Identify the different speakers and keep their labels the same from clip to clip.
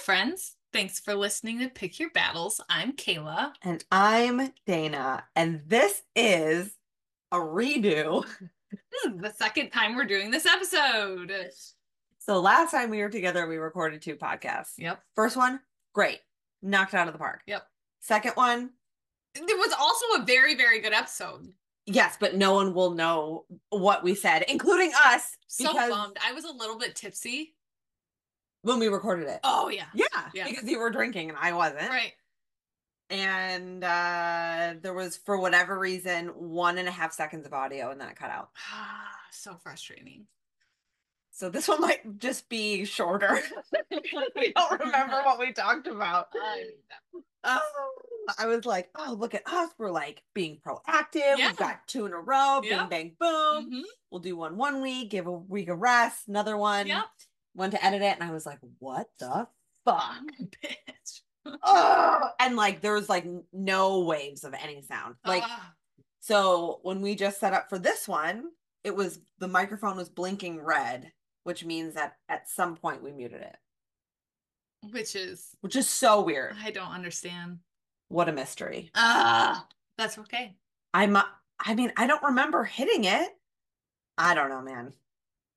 Speaker 1: friends. Thanks for listening to Pick Your Battles. I'm Kayla.
Speaker 2: And I'm Dana, and this is a redo.
Speaker 1: This is the second time we're doing this episode.
Speaker 2: So last time we were together, we recorded two podcasts.
Speaker 1: Yep.
Speaker 2: First one, great, knocked it out of the park.
Speaker 1: Yep.
Speaker 2: Second one,
Speaker 1: It was also a very, very good episode.
Speaker 2: yes, but no one will know what we said, including us,
Speaker 1: So
Speaker 2: Because-
Speaker 1: bummed. I was a little bit tipsy.
Speaker 2: when we recorded it.
Speaker 1: Oh, yeah.
Speaker 2: yeah,
Speaker 1: yeah.
Speaker 2: because you were drinking and I wasn't.
Speaker 1: Right.
Speaker 2: And uh, there was, for whatever reason, one and a half seconds of audio, and then it cut out.
Speaker 1: so frustrating.
Speaker 2: So this one might just be shorter. we don't remember what we talked about. Oh, I was like, oh, look at us. We're like being proactive.
Speaker 1: Yeah.
Speaker 2: We've got two in a row.
Speaker 1: Yep.
Speaker 2: Bing, bang, boom.
Speaker 1: Mhm.
Speaker 2: We'll do one one week, give a week a rest, another one,
Speaker 1: Yep.
Speaker 2: one to edit it. And I was like, what the fuck?
Speaker 1: Bitch.
Speaker 2: oh, and like there was like n- no waves of any sound. Like,
Speaker 1: Ah,
Speaker 2: so when we just set up for this one, it was the microphone was blinking red, which means that at some point we muted it,
Speaker 1: which is,
Speaker 2: which is so weird.
Speaker 1: I don't understand.
Speaker 2: What a mystery.
Speaker 1: Ah, that's okay.
Speaker 2: I'm uh, I mean, I don't remember hitting it. I don't know, man.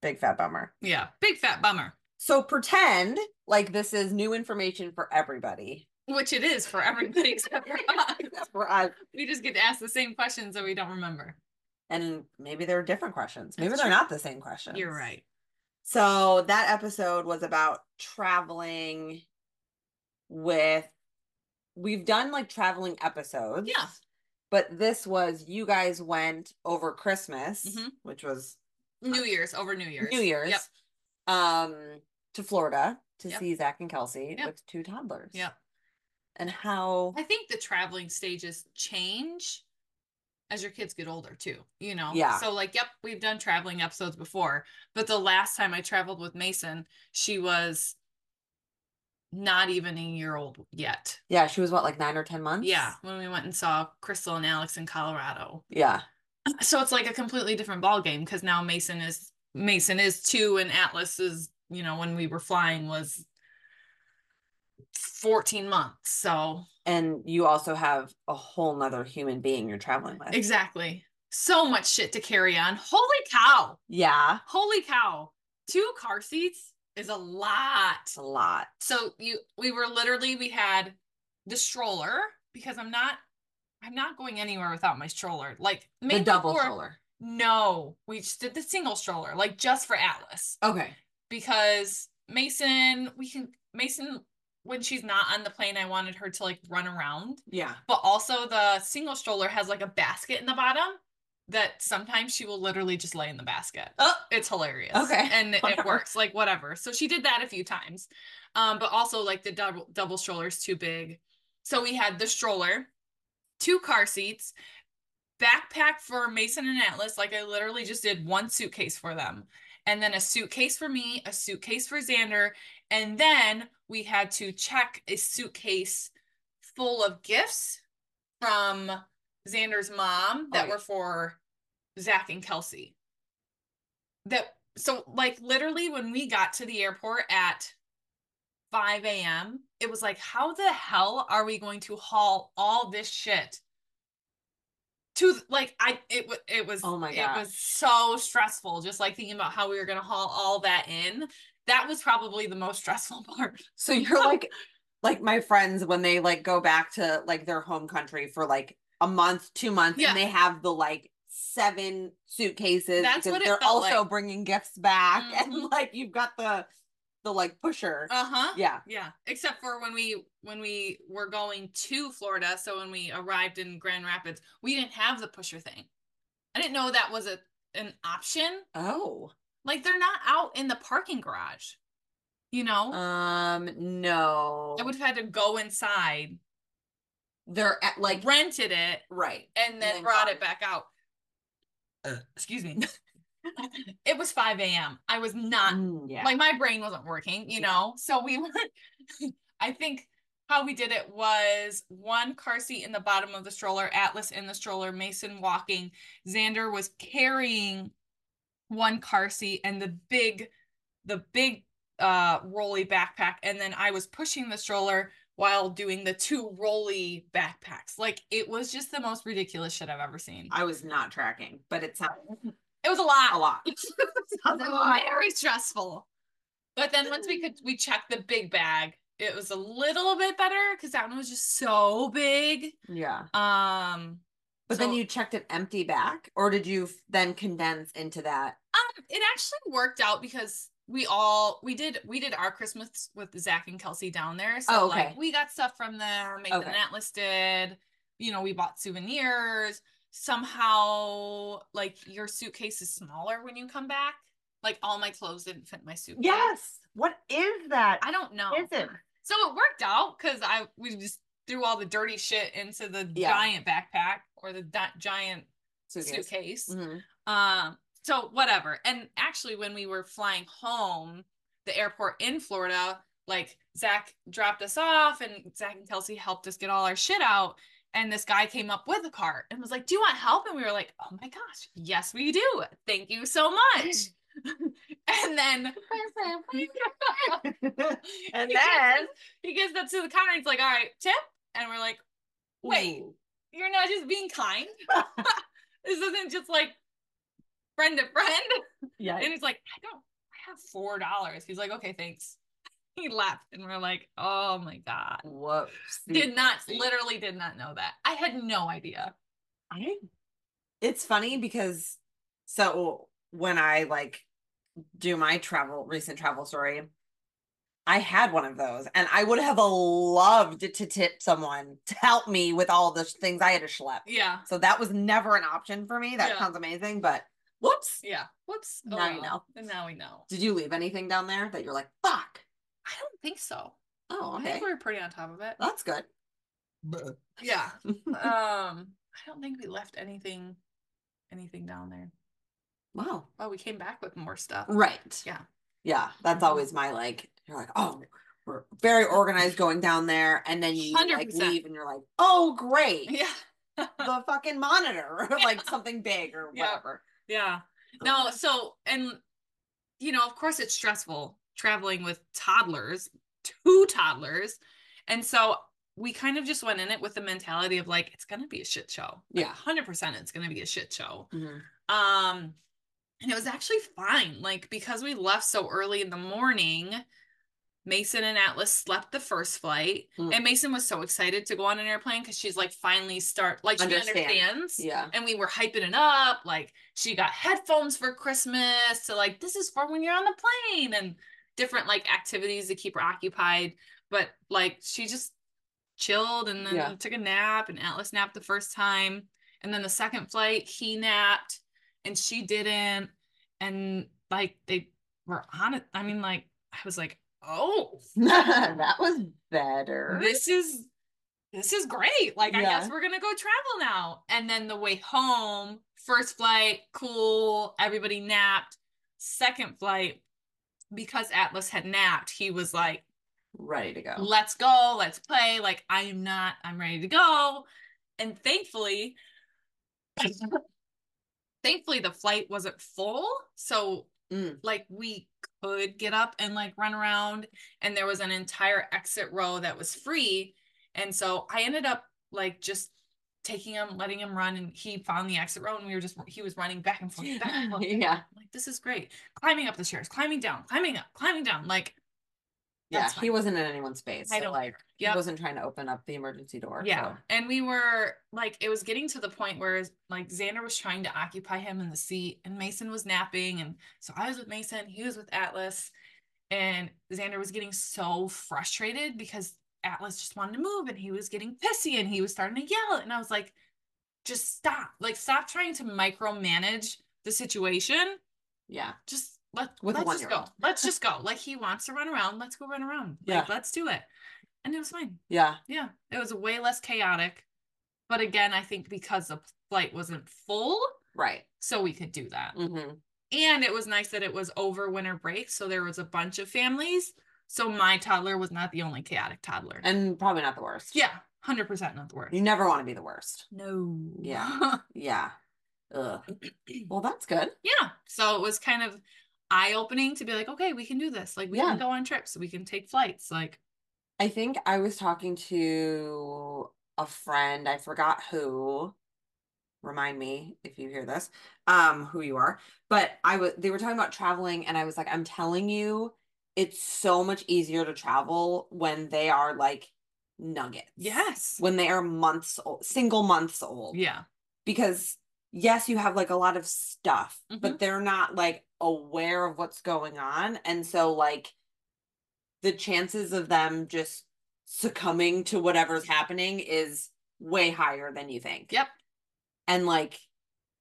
Speaker 2: Big fat bummer.
Speaker 1: Yeah. Big fat bummer,
Speaker 2: So pretend like this is new information for everybody.
Speaker 1: which it is for everybody except for us.
Speaker 2: Except for us.
Speaker 1: We just get asked the same questions that we don't remember.
Speaker 2: And maybe there are different questions. Maybe
Speaker 1: That's
Speaker 2: they're
Speaker 1: true.
Speaker 2: not the same questions.
Speaker 1: You're right.
Speaker 2: So that episode was about traveling with we've done like traveling episodes.
Speaker 1: Yeah.
Speaker 2: But this was you guys went over Christmas,
Speaker 1: Mhm.
Speaker 2: which was
Speaker 1: New Year's over New Year's.
Speaker 2: New Year's.
Speaker 1: Yep.
Speaker 2: Um, to Florida to
Speaker 1: Yep.
Speaker 2: see Zach and Kelsey
Speaker 1: Yep.
Speaker 2: with two toddlers.
Speaker 1: Yep.
Speaker 2: And how
Speaker 1: I think the traveling stages change as your kids get older too, you know?
Speaker 2: Yeah.
Speaker 1: So like, yep, we've done traveling episodes before, but the last time I traveled with Mason, she was not even a year old yet.
Speaker 2: yeah, she was what, like nine or ten months?
Speaker 1: Yeah. When we went and saw Crystal and Alex in Colorado.
Speaker 2: Yeah.
Speaker 1: So it's like a completely different ball game because now Mason is Mason is two and Atlas is, you know, when we were flying was 14 months. So
Speaker 2: And you also have a whole nother human being you're traveling with.
Speaker 1: Exactly. So much shit to carry on. Holy cow.
Speaker 2: Yeah.
Speaker 1: Holy cow. Two car seats is a lot.
Speaker 2: It's a lot.
Speaker 1: So you we were literally we had the stroller because I'm not I'm not going anywhere without my stroller. Like
Speaker 2: The
Speaker 1: maybe
Speaker 2: double
Speaker 1: for-
Speaker 2: stroller.
Speaker 1: No, we just did the single stroller, like just for Atlas.
Speaker 2: Okay.
Speaker 1: Because Mason, we can Mason when she's not on the plane, I wanted her to like run around
Speaker 2: Yeah.
Speaker 1: but also the single stroller has like a basket in the bottom that sometimes she will literally just lay in the basket.
Speaker 2: Oh.
Speaker 1: It's hilarious.
Speaker 2: Okay.
Speaker 1: And it, it
Speaker 2: Whatever.
Speaker 1: works, like whatever. So she did that a few times. Um, but also like the double double stroller's too big. So we had the stroller, two car seats, backpack for Mason and Atlas. Like I literally just did one suitcase for them. And then a suitcase for me, a suitcase for Xander, and then we had to check a suitcase full of gifts from Xander's mom that
Speaker 2: Right.
Speaker 1: were for Zach and Kelsey. That so like literally when we got to the airport at 5 a.m., it was like, how the hell are we going to haul all this shit? To th- like I it wa- it was
Speaker 2: Oh my
Speaker 1: it was so stressful just like thinking about how we were gonna haul all that in that was probably the most stressful part.
Speaker 2: So you're like like my friends when they like go back to like their home country for like a month, two months,
Speaker 1: Yeah.
Speaker 2: and they have the like seven suitcases
Speaker 1: That's
Speaker 2: because
Speaker 1: what it
Speaker 2: they're
Speaker 1: felt
Speaker 2: also
Speaker 1: like.
Speaker 2: bringing gifts back,
Speaker 1: Mhm.
Speaker 2: and like you've got the the like pusher.
Speaker 1: Uh huh.
Speaker 2: yeah,
Speaker 1: Yeah. Except for when we when we were going to Florida, so when we arrived in Grand Rapids, we didn't have the pusher thing. I didn't know that was a an option.
Speaker 2: Oh.
Speaker 1: Like they're not out in the parking garage. You know,
Speaker 2: Um. No.
Speaker 1: I would have had to go inside,
Speaker 2: They're at, like
Speaker 1: like rented it,
Speaker 2: right.
Speaker 1: and then
Speaker 2: then
Speaker 1: brought
Speaker 2: gone.
Speaker 1: it back out. Excuse me. it was 5 a.m. I was not
Speaker 2: Mm, yeah.
Speaker 1: like my brain wasn't working, you know. So we were I think how we did it was one car seat in the bottom of the stroller, Atlas in the stroller, Mason walking, Xander was carrying one car seat and the big the big uh rolly backpack and then I was pushing the stroller while doing the two rolly backpacks. Like it was just the most ridiculous shit I've ever seen.
Speaker 2: I was not tracking, but it sounds
Speaker 1: It was a lot.
Speaker 2: a lot.
Speaker 1: It was very stressful. But then once we could we checked the big bag, it was a little bit better because that one was just so big.
Speaker 2: Yeah.
Speaker 1: Um
Speaker 2: But then
Speaker 1: So-
Speaker 2: you checked it empty back, or did you f- then condense into that?
Speaker 1: Um, it actually worked out because we all we did we did our Christmas with Zach and Kelsey down there. So
Speaker 2: Oh, okay.
Speaker 1: like we got stuff from them, Nathan
Speaker 2: Okay.
Speaker 1: and Atlas did. You know, we bought souvenirs. Somehow, like your suitcase is smaller when you come back. Like all my clothes didn't fit in my suitcase.
Speaker 2: What is that?
Speaker 1: I don't know.
Speaker 2: it?
Speaker 1: So it worked out because I we just threw all the dirty shit into the
Speaker 2: Yeah.
Speaker 1: giant backpack or the di- giant
Speaker 2: Suitcase.
Speaker 1: suitcase.
Speaker 2: Mhm.
Speaker 1: Um, so whatever. And actually, when we were flying home, the airport in Florida, like Zach dropped us off and Zach and Kelsey helped us get all our shit out. And this guy came up with a cart and was like, Do you want help? And we were like, Oh my gosh, yes, we do. Thank you so much. and then
Speaker 2: And
Speaker 1: he gives
Speaker 2: then-
Speaker 1: us- he gives that to the counter and he's like, All right, tip. And we're like, Wait,
Speaker 2: Ooh.
Speaker 1: you're not just being kind. this isn't just like friend to friend.
Speaker 2: Yeah.
Speaker 1: And he's like, I don't, I have four dollars. He's like, okay, thanks. He left, and we're like, oh my god,
Speaker 2: Whoops.
Speaker 1: did not
Speaker 2: see.
Speaker 1: literally did not know that. I had no idea.
Speaker 2: I- it's funny because so when I like do my travel recent travel story, I had one of those and I would have loved to tip someone to help me with all the things I had to schlep.
Speaker 1: Yeah,
Speaker 2: So that was never an option for me. That
Speaker 1: Yeah.
Speaker 2: sounds amazing, but whoops.
Speaker 1: yeah. Whoops.
Speaker 2: Now you
Speaker 1: well. And now we know.
Speaker 2: Did you leave anything down there that you're like, fuck?
Speaker 1: I don't think so.
Speaker 2: Oh,
Speaker 1: I
Speaker 2: okay.
Speaker 1: think we were pretty on top of it.
Speaker 2: That's good.
Speaker 1: Yeah.
Speaker 2: Uh,
Speaker 1: um, I don't think we left anything, anything down there.
Speaker 2: Wow.
Speaker 1: Well, we came back with more stuff.
Speaker 2: Right.
Speaker 1: Yeah.
Speaker 2: Yeah. That's
Speaker 1: Mhm.
Speaker 2: always my like, you're like, oh, we're very organized going down there. And then you like
Speaker 1: 100%.
Speaker 2: leave and you're like, oh, great.
Speaker 1: Yeah.
Speaker 2: The fucking monitor or like something big or
Speaker 1: Yeah.
Speaker 2: whatever.
Speaker 1: Yeah.
Speaker 2: Oh.
Speaker 1: No, so and you know, of course it's stressful traveling with toddlers, two toddlers. And so we kind of just went in it with the mentality of like it's going to be a shit show. Like,
Speaker 2: Yeah.
Speaker 1: 100% it's going to be a shit show.
Speaker 2: Mhm.
Speaker 1: Um and it was actually fine like because we left so early in the morning, Mason and Atlas slept the first flight.
Speaker 2: Mm.
Speaker 1: And Mason was so excited to go on an airplane cuz she's like finally start like she
Speaker 2: Understand.
Speaker 1: understands
Speaker 2: Yeah.
Speaker 1: and we were hyping it up like she got headphones for christmas so like this is for when you're on the plane and different like activities to keep her occupied but like she just chilled and then
Speaker 2: Yeah.
Speaker 1: took a nap and atlas napped the first time and then the second flight he napped and she didn't and like they were on it i mean like i was like oh
Speaker 2: that was better.
Speaker 1: this is this is great. Like I
Speaker 2: Yeah.
Speaker 1: guess we're gonna go travel now. And then the way home, first flight, cool, everybody napped. Second flight, because Atlas had napped, he was like,
Speaker 2: Ready to go.
Speaker 1: let's go, let's play. Like I am not, I'm ready to go. And thankfully, thankfully the flight wasn't full. So
Speaker 2: Mm.
Speaker 1: like we could get up and like run around and there was an entire exit row that was free and so i ended up like just taking him letting him run and he found the exit row and we were just he was running back and forth back and forth
Speaker 2: yeah.
Speaker 1: I'm like this is great climbing up the stairs climbing down climbing up climbing down like
Speaker 2: Yeah.
Speaker 1: That's
Speaker 2: He wasn't in anyone's space.
Speaker 1: I
Speaker 2: so,
Speaker 1: don't-
Speaker 2: like,
Speaker 1: Yep.
Speaker 2: he wasn't trying to open up the emergency door.
Speaker 1: yeah
Speaker 2: so-
Speaker 1: and we were like it was getting to the point where like xander was trying to occupy him in the seat and mason was napping and so i was with mason he was with atlas and xander was getting so frustrated because atlas just wanted to move and he was getting pissy and he was starting to yell and i was like just stop like stop trying to micromanage the situation
Speaker 2: Yeah.
Speaker 1: just let
Speaker 2: With a
Speaker 1: let's just go
Speaker 2: one-year-old.
Speaker 1: let's just go like he wants to run around let's go run around
Speaker 2: Yeah.
Speaker 1: like let's do it and it was fine
Speaker 2: Yeah.
Speaker 1: yeah, it was way less chaotic. But again, I think because the flight wasn't full,
Speaker 2: Right.
Speaker 1: so we could do that.
Speaker 2: hmm
Speaker 1: And it was nice that it was over winter break, so there was a bunch of families. So my toddler was not the only chaotic toddler.
Speaker 2: And probably not the worst.
Speaker 1: yeah, 100% not the worst.
Speaker 2: You never want to be the worst.
Speaker 1: No.
Speaker 2: Yeah. Yeah. Ugh. Well, that's good.
Speaker 1: yeah. So it was kind of eye opening to be like, okay, we can do this. Like we
Speaker 2: Yeah.
Speaker 1: can go on trips. We can take flights. Like
Speaker 2: I think I was talking to a friend, I forgot who. Remind me if you hear this, um, who you are. But I was they were talking about traveling, and I was like, I'm telling you, it's so much easier to travel when they are like nuggets.
Speaker 1: yes.
Speaker 2: When they are months old, single months old.
Speaker 1: Yeah.
Speaker 2: Because yes, you have like a lot of stuff,
Speaker 1: Mhm.
Speaker 2: but they're not like aware of what's going on. And so like the chances of them just succumbing to whatever's happening is way higher than you think.
Speaker 1: Yep.
Speaker 2: And like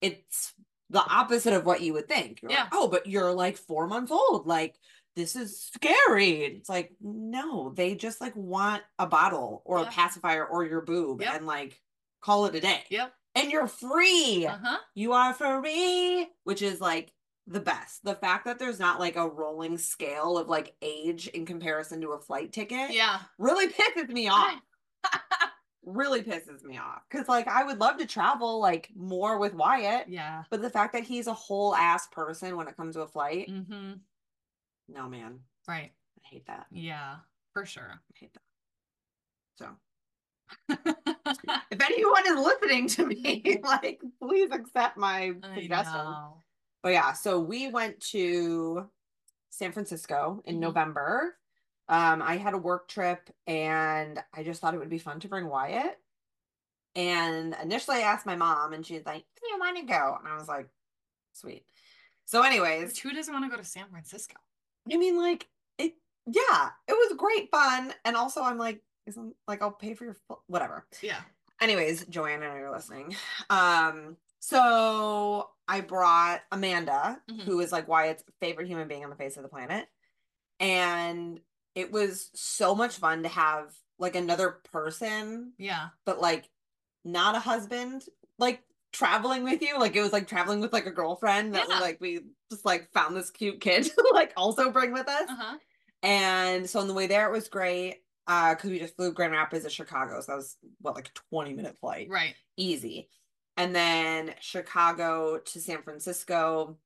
Speaker 2: it's the opposite of what you would think. You're like,
Speaker 1: Yeah.
Speaker 2: oh, but you're like four months old. Like this is scary. And It's like, no, they just like want a bottle or
Speaker 1: Yeah.
Speaker 2: a pacifier or your boob
Speaker 1: Yep.
Speaker 2: and like call it a day.
Speaker 1: Yep.
Speaker 2: And you're free.
Speaker 1: Uh-huh.
Speaker 2: You are free, which is like the best. The fact that there's not like a rolling scale of like age in comparison to a flight ticket
Speaker 1: Yeah.
Speaker 2: really pisses me off. really pisses me off. Cause like I would love to travel like more with Wyatt,
Speaker 1: Yeah.
Speaker 2: but the fact that he's a whole ass person when it comes to a flight,
Speaker 1: Mm-hmm.
Speaker 2: no man,
Speaker 1: Right.
Speaker 2: I hate that.
Speaker 1: Yeah. For sure.
Speaker 2: I hate that. So if anyone is listening to me, like please accept my
Speaker 1: I
Speaker 2: suggestion.
Speaker 1: know.
Speaker 2: But yeah, so we went to San Francisco in
Speaker 1: Mhm.
Speaker 2: November. Um, I had a work trip and I just thought it would be fun to bring Wyatt. And initially I asked my mom and she's like, Do you want to go? And I was like, sweet. So, anyways,
Speaker 1: Which who doesn't want to go to San Francisco?
Speaker 2: I mean, like, it, yeah, it was great fun. And also, I'm like, isn't like I'll pay for your fl- whatever.
Speaker 1: Yeah.
Speaker 2: anyways joanne i know you're listening um so i brought amanda
Speaker 1: Mhm.
Speaker 2: who is like wyatt's favorite human being on the face of the planet and it was so much fun to have like another person
Speaker 1: Yeah.
Speaker 2: but like not a husband like traveling with you like it was like traveling with like a girlfriend that
Speaker 1: Yeah.
Speaker 2: like we just like found this cute kid to like also bring with us
Speaker 1: Uh-huh.
Speaker 2: and so on the way there it was great uh because we just flew grand rapids to chicago so that was what like a 20 minute flight
Speaker 1: Right.
Speaker 2: easy. And then Chicago to San Francisco,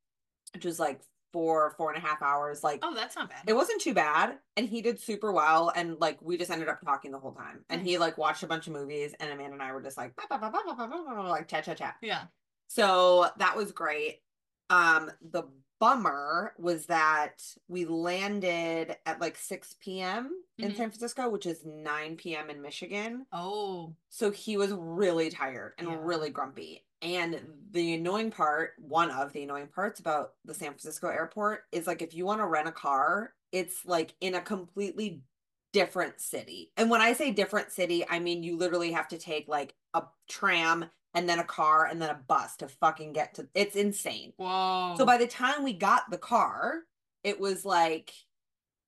Speaker 2: which was like four, four and a half hours. Like
Speaker 1: Oh, that's not bad.
Speaker 2: it wasn't too bad. And he did super well. And like we just ended up talking the whole time. And he
Speaker 1: Nice.
Speaker 2: like watched a bunch of movies and Amanda and I were just like "Bah, bah, bah, bah, bah, bah, bah, bah," like chat chat chat.
Speaker 1: yeah.
Speaker 2: So that was great. Um the bummer was that we landed at like 6 p.m. in
Speaker 1: Mhm.
Speaker 2: San Francisco, which is 9 p.m. in Michigan.
Speaker 1: Oh.
Speaker 2: So he was really tired and
Speaker 1: Yeah.
Speaker 2: really grumpy. And the annoying part, one of the annoying parts about the San Francisco airport is like if you want to rent a car, it's like in a completely different city. And when I say different city, I mean you literally have to take like a tram and then a car and then a bus to fucking get to it's insane.
Speaker 1: Whoa.
Speaker 2: So by the time we got the car, it was like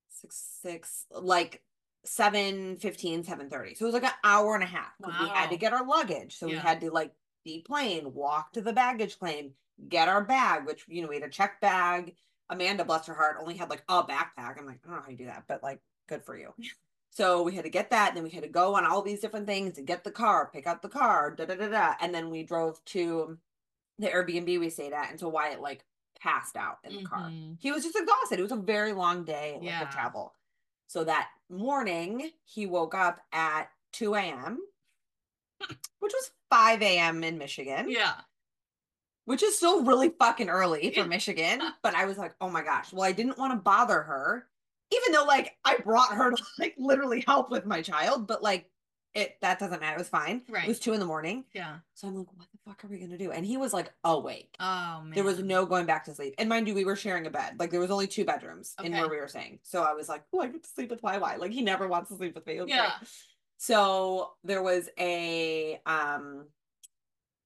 Speaker 2: six six like seven fifteen, seven thirty. So it was like an hour and a half. 'cause We had to
Speaker 1: Wow.
Speaker 2: get our luggage. So we
Speaker 1: Yeah.
Speaker 2: had to like deplane, walk to the baggage claim, get our bag, which you know, we had a check bag. Amanda, bless her heart, only had like a backpack. I'm like, I don't know how you do that, but like good for you. So we had to get that, and then we had to go on all these different things and get the car, pick up the car, da da da da. And then we drove to the Airbnb we stayed at, and so Wyatt like passed out in the car
Speaker 1: Mhm.
Speaker 2: he was just exhausted. It was a very long day like,
Speaker 1: Yeah.
Speaker 2: of travel. So that morning, he woke up at 2 a.m., which was 5 a.m. in Michigan,
Speaker 1: Yeah.
Speaker 2: which is still really fucking early for
Speaker 1: Yeah.
Speaker 2: Michigan. But I was like, oh my gosh. Well, I didn't want to bother her, even though like I brought her to like literally help with my child, but like it that doesn't matter. It was fine. It
Speaker 1: Right.
Speaker 2: was two in the morning.
Speaker 1: Yeah.
Speaker 2: So I'm like, what the fuck are we gonna do? And he was like awake.
Speaker 1: Oh man.
Speaker 2: There was no going back to sleep. And mind you, we were sharing a bed. Like there was only two bedrooms in where
Speaker 1: Okay.
Speaker 2: we were staying. So I was like, oh, I get to sleep with YY. Like he never wants to sleep with me. It was great.
Speaker 1: Yeah.
Speaker 2: So there was a um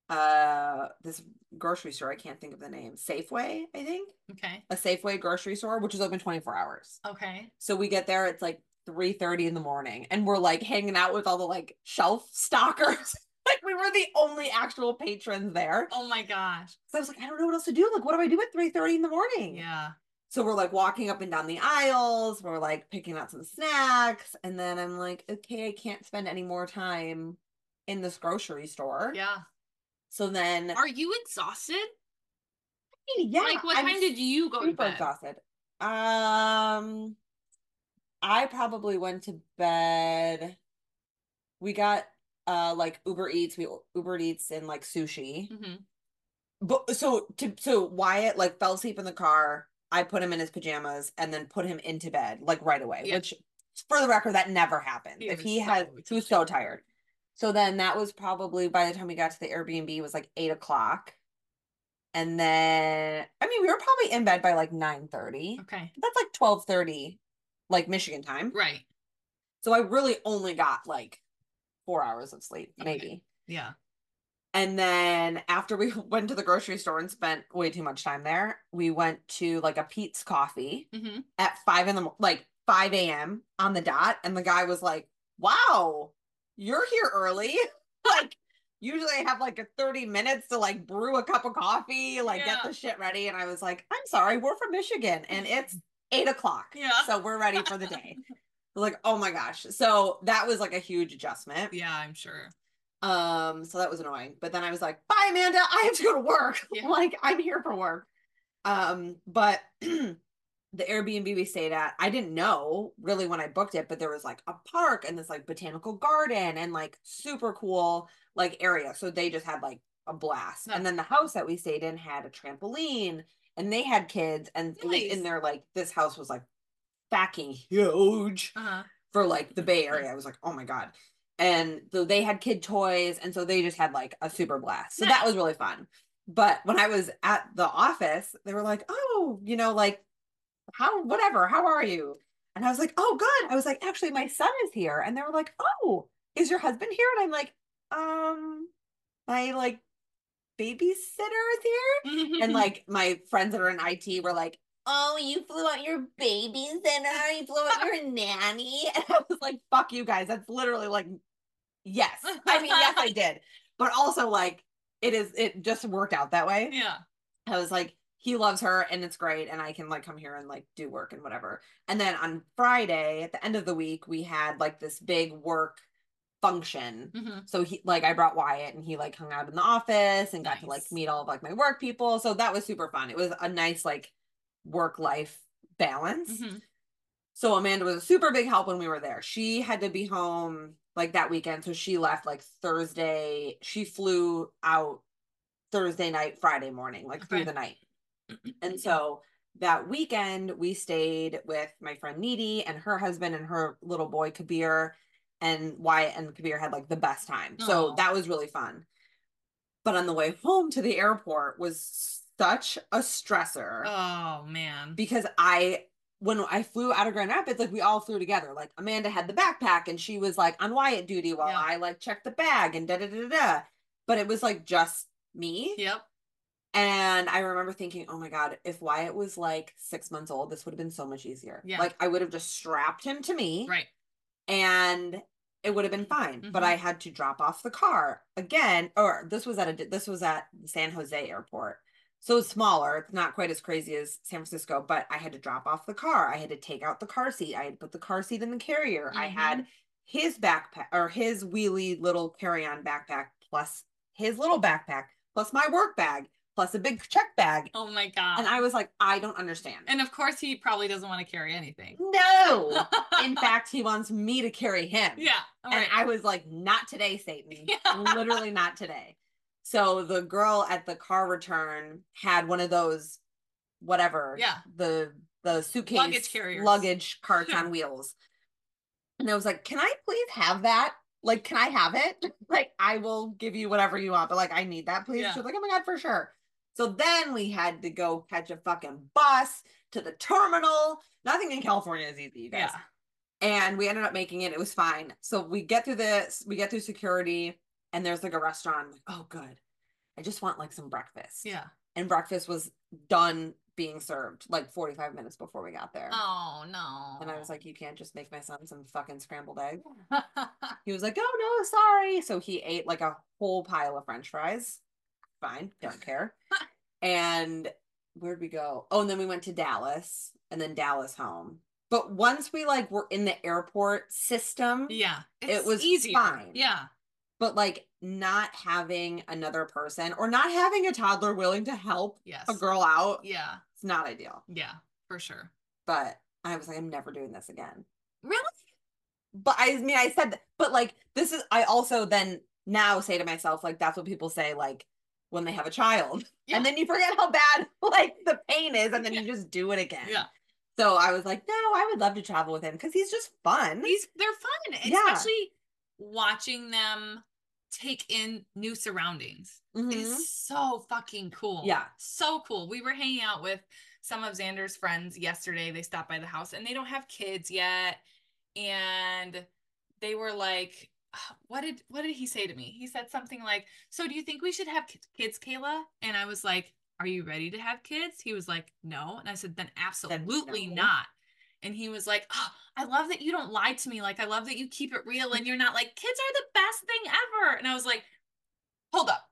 Speaker 2: uh this grocery store, I can't think of the name. Safeway, I think.
Speaker 1: Okay.
Speaker 2: A Safeway grocery store, which is open 24 hours.
Speaker 1: Okay.
Speaker 2: So we get there, it's like 3 30 in the morning, and we're like hanging out with all the like shelf stalkers. like we were the only actual patrons there.
Speaker 1: Oh my gosh.
Speaker 2: So I was like, I don't know what else to do. Like, what do I do at 3 30 in the morning?
Speaker 1: Yeah.
Speaker 2: So we're like walking up and down the aisles. We're like picking out some snacks. And then I'm like, okay, I can't spend any more time in this grocery store.
Speaker 1: Yeah.
Speaker 2: So then
Speaker 1: Are you exhausted?
Speaker 2: yeah.
Speaker 1: like, what
Speaker 2: I'm
Speaker 1: time did you go to
Speaker 2: super
Speaker 1: bed?
Speaker 2: exhausted. Um, I probably went to bed. We got uh like Uber Eats. We Uber Eats and like sushi.
Speaker 1: Mhm.
Speaker 2: But so to so Wyatt like fell asleep in the car. I put him in his pajamas and then put him into bed like right away,
Speaker 1: Yeah.
Speaker 2: which for the record, that never happened.
Speaker 1: He
Speaker 2: If
Speaker 1: was
Speaker 2: he
Speaker 1: so
Speaker 2: had, he was so tired. So then that was probably by the time we got to the Airbnb it was like eight o'clock. And then I mean we were probably in bed by like nine thirty.
Speaker 1: Okay.
Speaker 2: That's like twelve thirty, like Michigan time.
Speaker 1: Right.
Speaker 2: So I really only got like four hours of sleep,
Speaker 1: Okay.
Speaker 2: maybe.
Speaker 1: Yeah.
Speaker 2: And then after we went to the grocery store and spent way too much time there, we went to like a Pete's coffee
Speaker 1: hmm
Speaker 2: at five in the mo- like five a.m. on the dot, and the guy was like, "Wow, you're here early." like usually I have like a thirty minutes to like brew a cup of coffee, like get
Speaker 1: Yeah.
Speaker 2: the shit ready, and I was like, "I'm sorry, we're from Michigan, and it's eight o'clock,
Speaker 1: Yeah.
Speaker 2: so we're ready for the day." like, oh my gosh, so that was like a huge adjustment.
Speaker 1: Yeah, I'm sure.
Speaker 2: Um, so that was annoying. But then I was like, bye, Amanda, I have to go to work.
Speaker 1: Yeah.
Speaker 2: like, I'm here for work. Um, but the Airbnb we stayed at, I didn't know really when I booked it, but there was like a park and this like botanical garden and like super cool like area. So they just had like a blast.
Speaker 1: Nice.
Speaker 2: And then the house that we stayed in had a trampoline and they had kids and it was
Speaker 1: Nice.
Speaker 2: in there like this house was like fucking huge
Speaker 1: Uh-huh.
Speaker 2: for like the Bay Area. I was like, oh my God. And so they had kid toys. And so they just had like a super blast. So that was really fun. But when I was at the office, they were like, oh, you know, like, how, whatever, how are you? And I was like, oh, good. I was like, actually, my son is here. And they were like, oh, is your husband here? And I'm like, um, my like babysitter is here
Speaker 1: Mm-hmm.
Speaker 2: and like my friends that are in IT were like, "Oh, you flew out your babysitter, you flew out your nanny," and I was like, "Fuck you guys!" That's literally like, yes. I mean, yes, I did, but also like, it is. It just worked out that way.
Speaker 1: yeah.
Speaker 2: I was like, he loves her and it's great. And I can like come here and like do work and whatever. And then on Friday, at the end of the week, we had like this big work function.
Speaker 1: hmm
Speaker 2: So he like I brought Wyatt and he like hung out in the office and got to like
Speaker 1: Nice.
Speaker 2: meet all of like my work people. So that was super fun. It was a nice like work life balance.
Speaker 1: hmm
Speaker 2: So Amanda was a super big help when we were there. She had to be home like that weekend. So she left like Thursday. She flew out Thursday night, Friday morning, like through
Speaker 1: Okay.
Speaker 2: the night. And so that weekend, we stayed with my friend Needy and her husband and her little boy Kabir. And Wyatt and Kabir had like the best time. So
Speaker 1: Aw.
Speaker 2: that was really fun. But on the way home to the airport was such a stressor
Speaker 1: Oh man.
Speaker 2: because I when I flew out of Grand Rapids, like we all flew together. Like Amanda had the backpack and she was like on Wyatt duty while
Speaker 1: Yeah.
Speaker 2: I like checked the bag and da da da da. da. But it was like just me.
Speaker 1: yep.
Speaker 2: And I remember thinking, oh my God, if Wyatt was like six months old, this would have been so much easier.
Speaker 1: Yeah.
Speaker 2: Like I would have just strapped him to me
Speaker 1: Right.
Speaker 2: and it would have been fine. But
Speaker 1: Mhm.
Speaker 2: I had to drop off the car again, or this was at a this was at San Jose Airport. So it's smaller, it's not quite as crazy as San Francisco, but I had to drop off the car. I had to take out the car seat. I had to put the car seat in the carrier. I
Speaker 1: Mhm.
Speaker 2: had his backpack or his wheelie little carry-on backpack plus his little backpack plus my work bag plus a big check bag.
Speaker 1: Oh my god.
Speaker 2: And I was like, I don't understand.
Speaker 1: And of course, he probably doesn't want to carry anything.
Speaker 2: no. In fact, he wants me to carry him.
Speaker 1: yeah.
Speaker 2: And
Speaker 1: right.
Speaker 2: I was like, not today, Satan.
Speaker 1: Yeah.
Speaker 2: Literally not today. So the girl at the car return had one of those whatever.
Speaker 1: Yeah.
Speaker 2: The the suitcase
Speaker 1: carriers.
Speaker 2: luggage carts
Speaker 1: Sure.
Speaker 2: on wheels. And I was like, Can I please have that? Like, can I have it? Like, I will give you whatever you want, but like I need that, please.
Speaker 1: Yeah.
Speaker 2: She was like, Oh my god, for sure. So then we had to go catch a fucking bus to the terminal. Nothing in California is easy, you guys
Speaker 1: yeah.
Speaker 2: and we ended up making it. It was fine. So we get through this, we get through security, and there's like a restaurant. I'm like, oh, good. I just want like some breakfast.
Speaker 1: Yeah.
Speaker 2: And breakfast was done being served like 45 minutes before we got there.
Speaker 1: Oh no.
Speaker 2: And I was like, you can't just make my son some fucking scrambled egg.
Speaker 1: like,
Speaker 2: He was like, oh, no, sorry. So he ate like a whole pile of french fries. Fine, don't care. and where'd we go? Oh, and then we went to Dallas and then Dallas home. But once we like were in the airport system,
Speaker 1: yeah.
Speaker 2: was
Speaker 1: easier.
Speaker 2: fine.
Speaker 1: Yeah.
Speaker 2: but like not having another person or not having a toddler willing to help
Speaker 1: Yes.
Speaker 2: a girl out,
Speaker 1: Yeah.
Speaker 2: it's not ideal.
Speaker 1: Yeah. For sure.
Speaker 2: But I was like, I'm never doing this again.
Speaker 1: Really?
Speaker 2: But I mean, I said, that, but like, this is, I also then now say to myself, like, that's what people say, like, when they have a child.
Speaker 1: Yeah.
Speaker 2: And then you forget how bad, like, the pain is, and then you just do it again.
Speaker 1: Yeah.
Speaker 2: So I was like, no, I would love to travel with him because he's just fun.
Speaker 1: These they're fun,
Speaker 2: Mm-hmm. Yeah.
Speaker 1: especially watching them take in new surroundings.
Speaker 2: Mhm.
Speaker 1: It's so fucking cool.
Speaker 2: Yeah.
Speaker 1: So cool. We were hanging out with some of Xander's friends yesterday. They stopped by the house and they don't have kids yet. And they were like, what did what did he say to me? He said something like, "So do you think we should have ki- kids, Kayla?" And I was like, "Are you ready to have kids?" He was like, "No." And I said, "Then absolutely
Speaker 2: no."
Speaker 1: not." And he was like, oh, I love that you don't lie to me. Like, I love that you keep it real and you're not like, kids are the best thing ever. And I was like, hold up.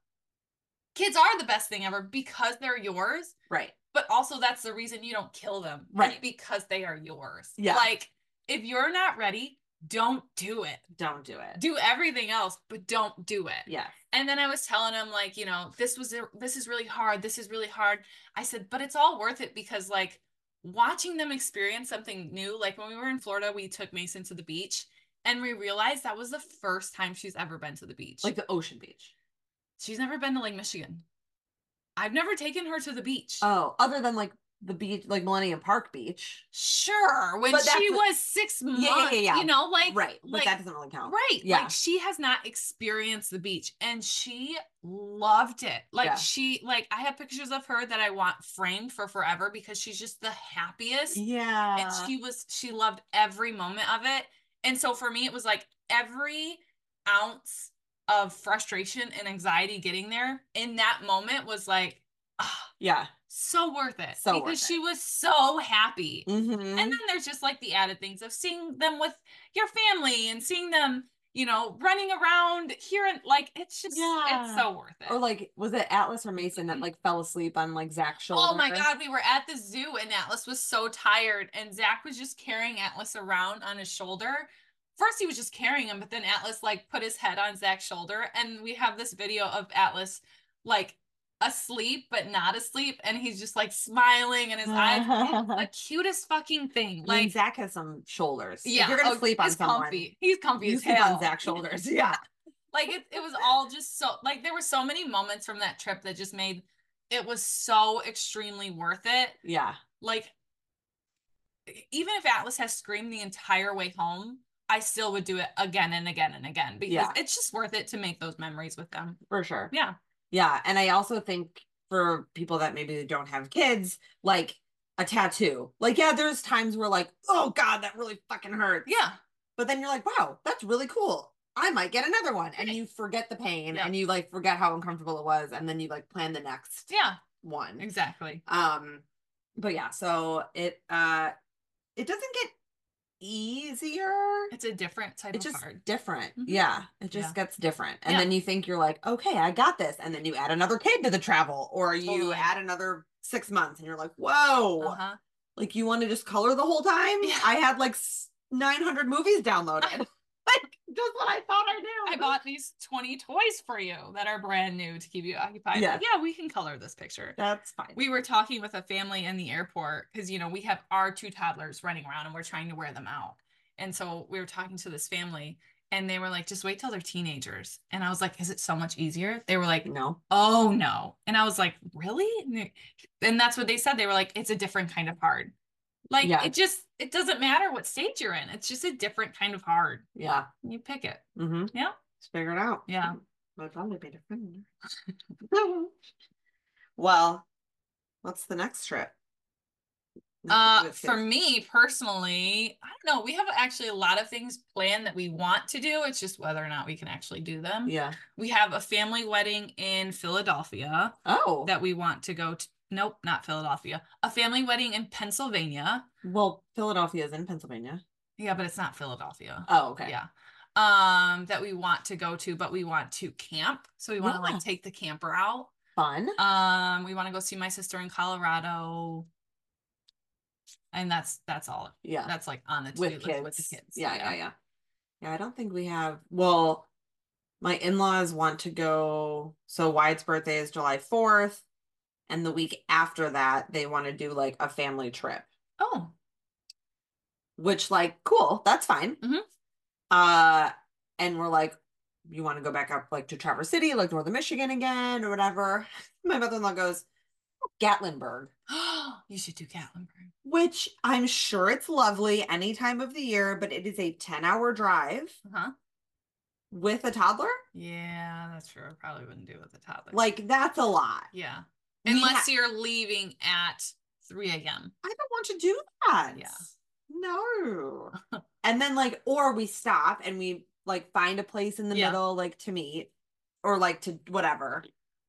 Speaker 1: Kids are the best thing ever because they're yours,
Speaker 2: Right.
Speaker 1: but also that's the reason you don't kill them. It's
Speaker 2: Right.
Speaker 1: Because they are yours.
Speaker 2: Yeah.
Speaker 1: Like, if you're not ready, don't do it.
Speaker 2: Don't do it.
Speaker 1: Do everything else, but don't do it.
Speaker 2: yes.
Speaker 1: And then I was telling him like, you know, this was this is really hard. This is really hard. I said, but it's all worth it because like watching them experience something new. Like when we were in Florida, we took Mason to the beach and we realized that was the first time she's ever been to the beach.
Speaker 2: Like the ocean beach.
Speaker 1: she's never been to Lake Michigan. I've never taken her to the beach.
Speaker 2: Oh, other than like the beach, like Millennium Park Beach.
Speaker 1: sure, when
Speaker 2: But that's
Speaker 1: she
Speaker 2: the-
Speaker 1: was 6 months,
Speaker 2: yeah, yeah.
Speaker 1: you know, like
Speaker 2: right. But
Speaker 1: like
Speaker 2: that doesn't really count.
Speaker 1: Right.
Speaker 2: Yeah.
Speaker 1: Like she has not experienced the beach and she loved it. Like
Speaker 2: Yeah.
Speaker 1: she like I have pictures of her that I want framed for forever because she's just the happiest.
Speaker 2: Yeah.
Speaker 1: And she was she loved every moment of it. And so for me it was like every ounce of frustration and anxiety getting there in that moment was like ah,
Speaker 2: yeah.
Speaker 1: so worth it
Speaker 2: So worth
Speaker 1: because
Speaker 2: it.
Speaker 1: she was so happy.
Speaker 2: Mm-hmm.
Speaker 1: And then there's just like the added things of seeing them with your family and seeing them, you know, running around here and like it's just
Speaker 2: Yeah.
Speaker 1: it's so worth it.
Speaker 2: or like, was it Atlas or Mason that like fell asleep on like Zach's shoulder?
Speaker 1: Mm-hmm. Oh my god, we were at the zoo and Atlas was so tired and Zach was just carrying Atlas around on his shoulder. First he was just carrying him, but then Atlas like put his head on Zach's shoulder and we have this video of Atlas like asleep but not asleep and he's just like smiling and his eyes it's the cutest fucking thing.
Speaker 2: I mean,
Speaker 1: Like
Speaker 2: Zach has some shoulders. If
Speaker 1: Yeah,
Speaker 2: you're gonna
Speaker 1: oh,
Speaker 2: sleep on
Speaker 1: he's
Speaker 2: someone.
Speaker 1: Comfy. He's comfy
Speaker 2: You
Speaker 1: as
Speaker 2: sleep
Speaker 1: hell.
Speaker 2: on Zach's shoulders. Yeah.
Speaker 1: Like it, it was all just so like there were so many moments from that trip that just made it was so extremely worth it.
Speaker 2: Yeah.
Speaker 1: Like e, even if Atlas has screamed the entire way home, I still would do it again and again and again because
Speaker 2: Yeah.
Speaker 1: it's just worth it to make those memories with them.
Speaker 2: For sure.
Speaker 1: Yeah.
Speaker 2: Yeah. And I also think for people that maybe don't have kids, like a tattoo. Like, yeah, there's times where like, oh God, that really fucking hurts.
Speaker 1: Yeah.
Speaker 2: But then you're like, wow, that's really cool. I might get another one. And
Speaker 1: Right.
Speaker 2: you forget the pain
Speaker 1: Yeah.
Speaker 2: and you like forget how uncomfortable it was. And then you like plan the next
Speaker 1: Yeah.
Speaker 2: one.
Speaker 1: Exactly.
Speaker 2: Um, but yeah, so it uh it doesn't get easier.
Speaker 1: It's a different type
Speaker 2: It's
Speaker 1: of
Speaker 2: just
Speaker 1: card.
Speaker 2: different.
Speaker 1: Mhm.
Speaker 2: Yeah. It just gets different. And
Speaker 1: Yeah.
Speaker 2: then you think you're like, okay, I got this. And then you add another kid to the travel, or you
Speaker 1: Totally.
Speaker 2: add another six months and you're like, whoa,
Speaker 1: Uh-huh.
Speaker 2: like you want to just color the whole time?
Speaker 1: Yeah.
Speaker 2: I had like s- 900 movies downloaded. like just what I thought I knew.
Speaker 1: I bought these 20 toys for you that are brand new to keep you occupied.
Speaker 2: Yes.
Speaker 1: Yeah, we can color this picture.
Speaker 2: That's fine.
Speaker 1: we were talking with a family in the airport because you know we have our two toddlers running around and we're trying to wear them out and so we were talking to this family and they were like just wait till they're teenagers and i was like is it so much easier they were like
Speaker 2: no.
Speaker 1: oh no and i was like really and, they- and that's what they said they were like it's a different kind of hard like
Speaker 2: Yeah.
Speaker 1: it just it doesn't matter what stage you're in it's just a different kind of hard
Speaker 2: Yeah.
Speaker 1: you pick it
Speaker 2: Mm-hmm.
Speaker 1: Yeah.
Speaker 2: Just figure it out.
Speaker 1: Yeah.
Speaker 2: Would probably be different. well, what's the next trip? Not
Speaker 1: Uh,
Speaker 2: with
Speaker 1: for
Speaker 2: kids.
Speaker 1: me personally, I don't know. We have actually a lot of things planned that we want to do. It's just whether or not we can actually do them.
Speaker 2: Yeah.
Speaker 1: We have a family wedding in Philadelphia
Speaker 2: Oh.
Speaker 1: that we want to go to. Nope, not Philadelphia. A family wedding in Pennsylvania.
Speaker 2: well, Philadelphia is in Pennsylvania.
Speaker 1: Yeah, but it's not Philadelphia.
Speaker 2: Oh, okay.
Speaker 1: Yeah. Um, that we want to go to, but we want to camp. So we want to
Speaker 2: Yeah.
Speaker 1: like take the camper out.
Speaker 2: Fun.
Speaker 1: Um, we want to go see my sister in Colorado. And that's that's all
Speaker 2: Yeah.
Speaker 1: that's like on the to-do
Speaker 2: with
Speaker 1: list with the
Speaker 2: kids.
Speaker 1: kids.
Speaker 2: Yeah, yeah, yeah. Yeah, I don't think we have well, my in-laws want to go so Wide's birthday is July 4th and the week after that they want to do like a family trip
Speaker 1: Oh,
Speaker 2: which like cool that's fine
Speaker 1: Mhm.
Speaker 2: uh and we're like you want to go back up like to Traverse City like northern Michigan again or whatever my mother-in-law goes Gatlinburg
Speaker 1: Oh, you should do Gatlinburg.
Speaker 2: which I'm sure it's lovely any time of the year but it is a 10-hour drive
Speaker 1: Uh huh.
Speaker 2: with a toddler
Speaker 1: Yeah, that's true. I probably wouldn't do it with the toddler.
Speaker 2: like that's a lot
Speaker 1: yeah,
Speaker 2: We
Speaker 1: unless
Speaker 2: ha-
Speaker 1: you're leaving at three a.m.
Speaker 2: I don't want to do that.
Speaker 1: Yeah.
Speaker 2: No. and then like, or we stop and we like find a place in the
Speaker 1: Yeah.
Speaker 2: middle, like to meet or like to whatever.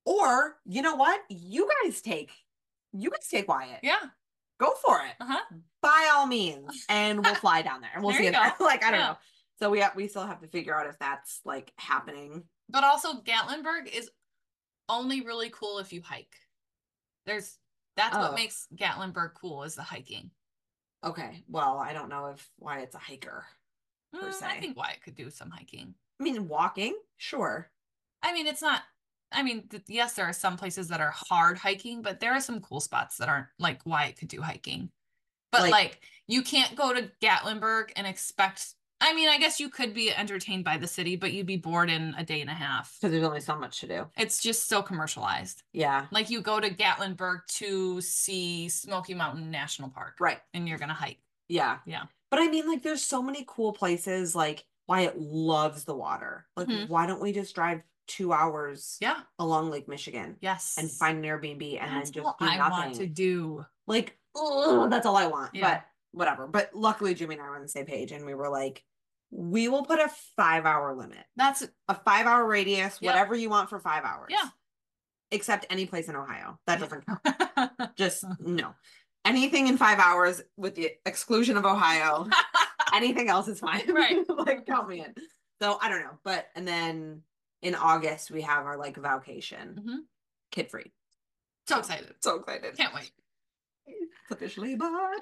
Speaker 2: Or you know what? You guys take, you guys take Wyatt.
Speaker 1: Yeah.
Speaker 2: Go for it.
Speaker 1: Uh huh.
Speaker 2: By all means. And we'll fly down there and we'll
Speaker 1: There
Speaker 2: see
Speaker 1: you
Speaker 2: it there.
Speaker 1: go.
Speaker 2: like, I don't
Speaker 1: Yeah.
Speaker 2: know. So we, ha- we still have to figure out if that's like happening.
Speaker 1: But also Gatlinburg is only really cool if you hike. There's that's what
Speaker 2: Oh.
Speaker 1: makes Gatlinburg cool is the hiking.
Speaker 2: Okay. Well, I don't know if Wyatt's a hiker. Per
Speaker 1: Mm, I
Speaker 2: se.
Speaker 1: think Wyatt could do some hiking.
Speaker 2: I mean, walking, sure.
Speaker 1: I mean, it's not. I mean, th- yes, there are some places that are hard hiking, but there are some cool spots that aren't like Wyatt could do hiking. But
Speaker 2: Like-
Speaker 1: like, you can't go to Gatlinburg and expect. I mean, I guess you could be entertained by the city, but you'd be bored in a day and a half.
Speaker 2: Because there's only so much to do.
Speaker 1: It's just so commercialized.
Speaker 2: Yeah.
Speaker 1: Like you go to Gatlinburg to see Smoky Mountain National Park,
Speaker 2: Right.
Speaker 1: and you're gonna hike.
Speaker 2: Yeah.
Speaker 1: Yeah.
Speaker 2: But I mean, like, there's so many cool places. Like, Wyatt loves the water. Like,
Speaker 1: Mhm.
Speaker 2: why don't we just drive two hours
Speaker 1: Yeah.
Speaker 2: along Lake Michigan
Speaker 1: Yes.
Speaker 2: and find an Airbnb and
Speaker 1: That's
Speaker 2: then
Speaker 1: what
Speaker 2: just do
Speaker 1: I
Speaker 2: nothing?
Speaker 1: want to do.
Speaker 2: Like, ugh, that's all I want.
Speaker 1: Yeah.
Speaker 2: But whatever. But luckily, Jimmy and I were on the same page and we were like, we will put a five hour limit,
Speaker 1: That's
Speaker 2: a five hour radius,
Speaker 1: Yep.
Speaker 2: whatever you want for five hours.
Speaker 1: Yeah.
Speaker 2: Except any place in Ohio. That doesn't count.
Speaker 1: yeah.
Speaker 2: Just no. Anything in five hours with the exclusion of Ohio. anything else is fine.
Speaker 1: Right.
Speaker 2: like count me in. So I don't know. But and then in August we have our like vacation,
Speaker 1: Mhm.
Speaker 2: kid free.
Speaker 1: So excited.
Speaker 2: So excited.
Speaker 1: Can't wait.
Speaker 2: It's officially bought.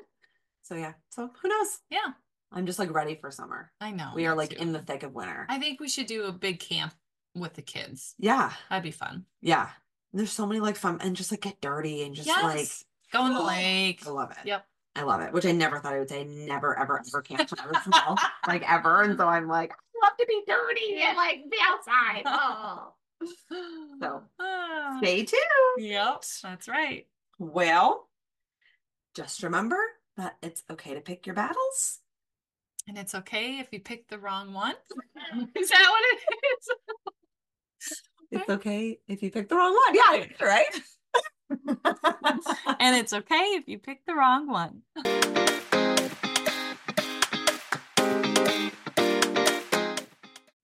Speaker 2: So yeah. So who knows?
Speaker 1: Yeah.
Speaker 2: I'm just like ready for summer.
Speaker 1: I know.
Speaker 2: we
Speaker 1: me
Speaker 2: are like
Speaker 1: too.
Speaker 2: in the thick of winter.
Speaker 1: I think we should do a big camp with the kids.
Speaker 2: yeah.
Speaker 1: That'd be fun.
Speaker 2: Yeah. And there's so many like fun and just like get dirty and just like
Speaker 1: Yes. Go in the
Speaker 2: Oh,
Speaker 1: lake.
Speaker 2: I love it.
Speaker 1: Yep.
Speaker 2: I love it, which I never thought I would say. I never, ever, ever camped when I was small, like ever. And so I'm like, I love to be dirty and like be outside. Oh. So,
Speaker 1: Ah,
Speaker 2: Stay tuned.
Speaker 1: Yep. That's right.
Speaker 2: Well, just remember that it's okay to pick your battles.
Speaker 1: And it's okay if you pick the wrong one. Is that what it is?
Speaker 2: It's okay if you pick the wrong one. Yeah, right.
Speaker 1: and it's okay if you pick the wrong one.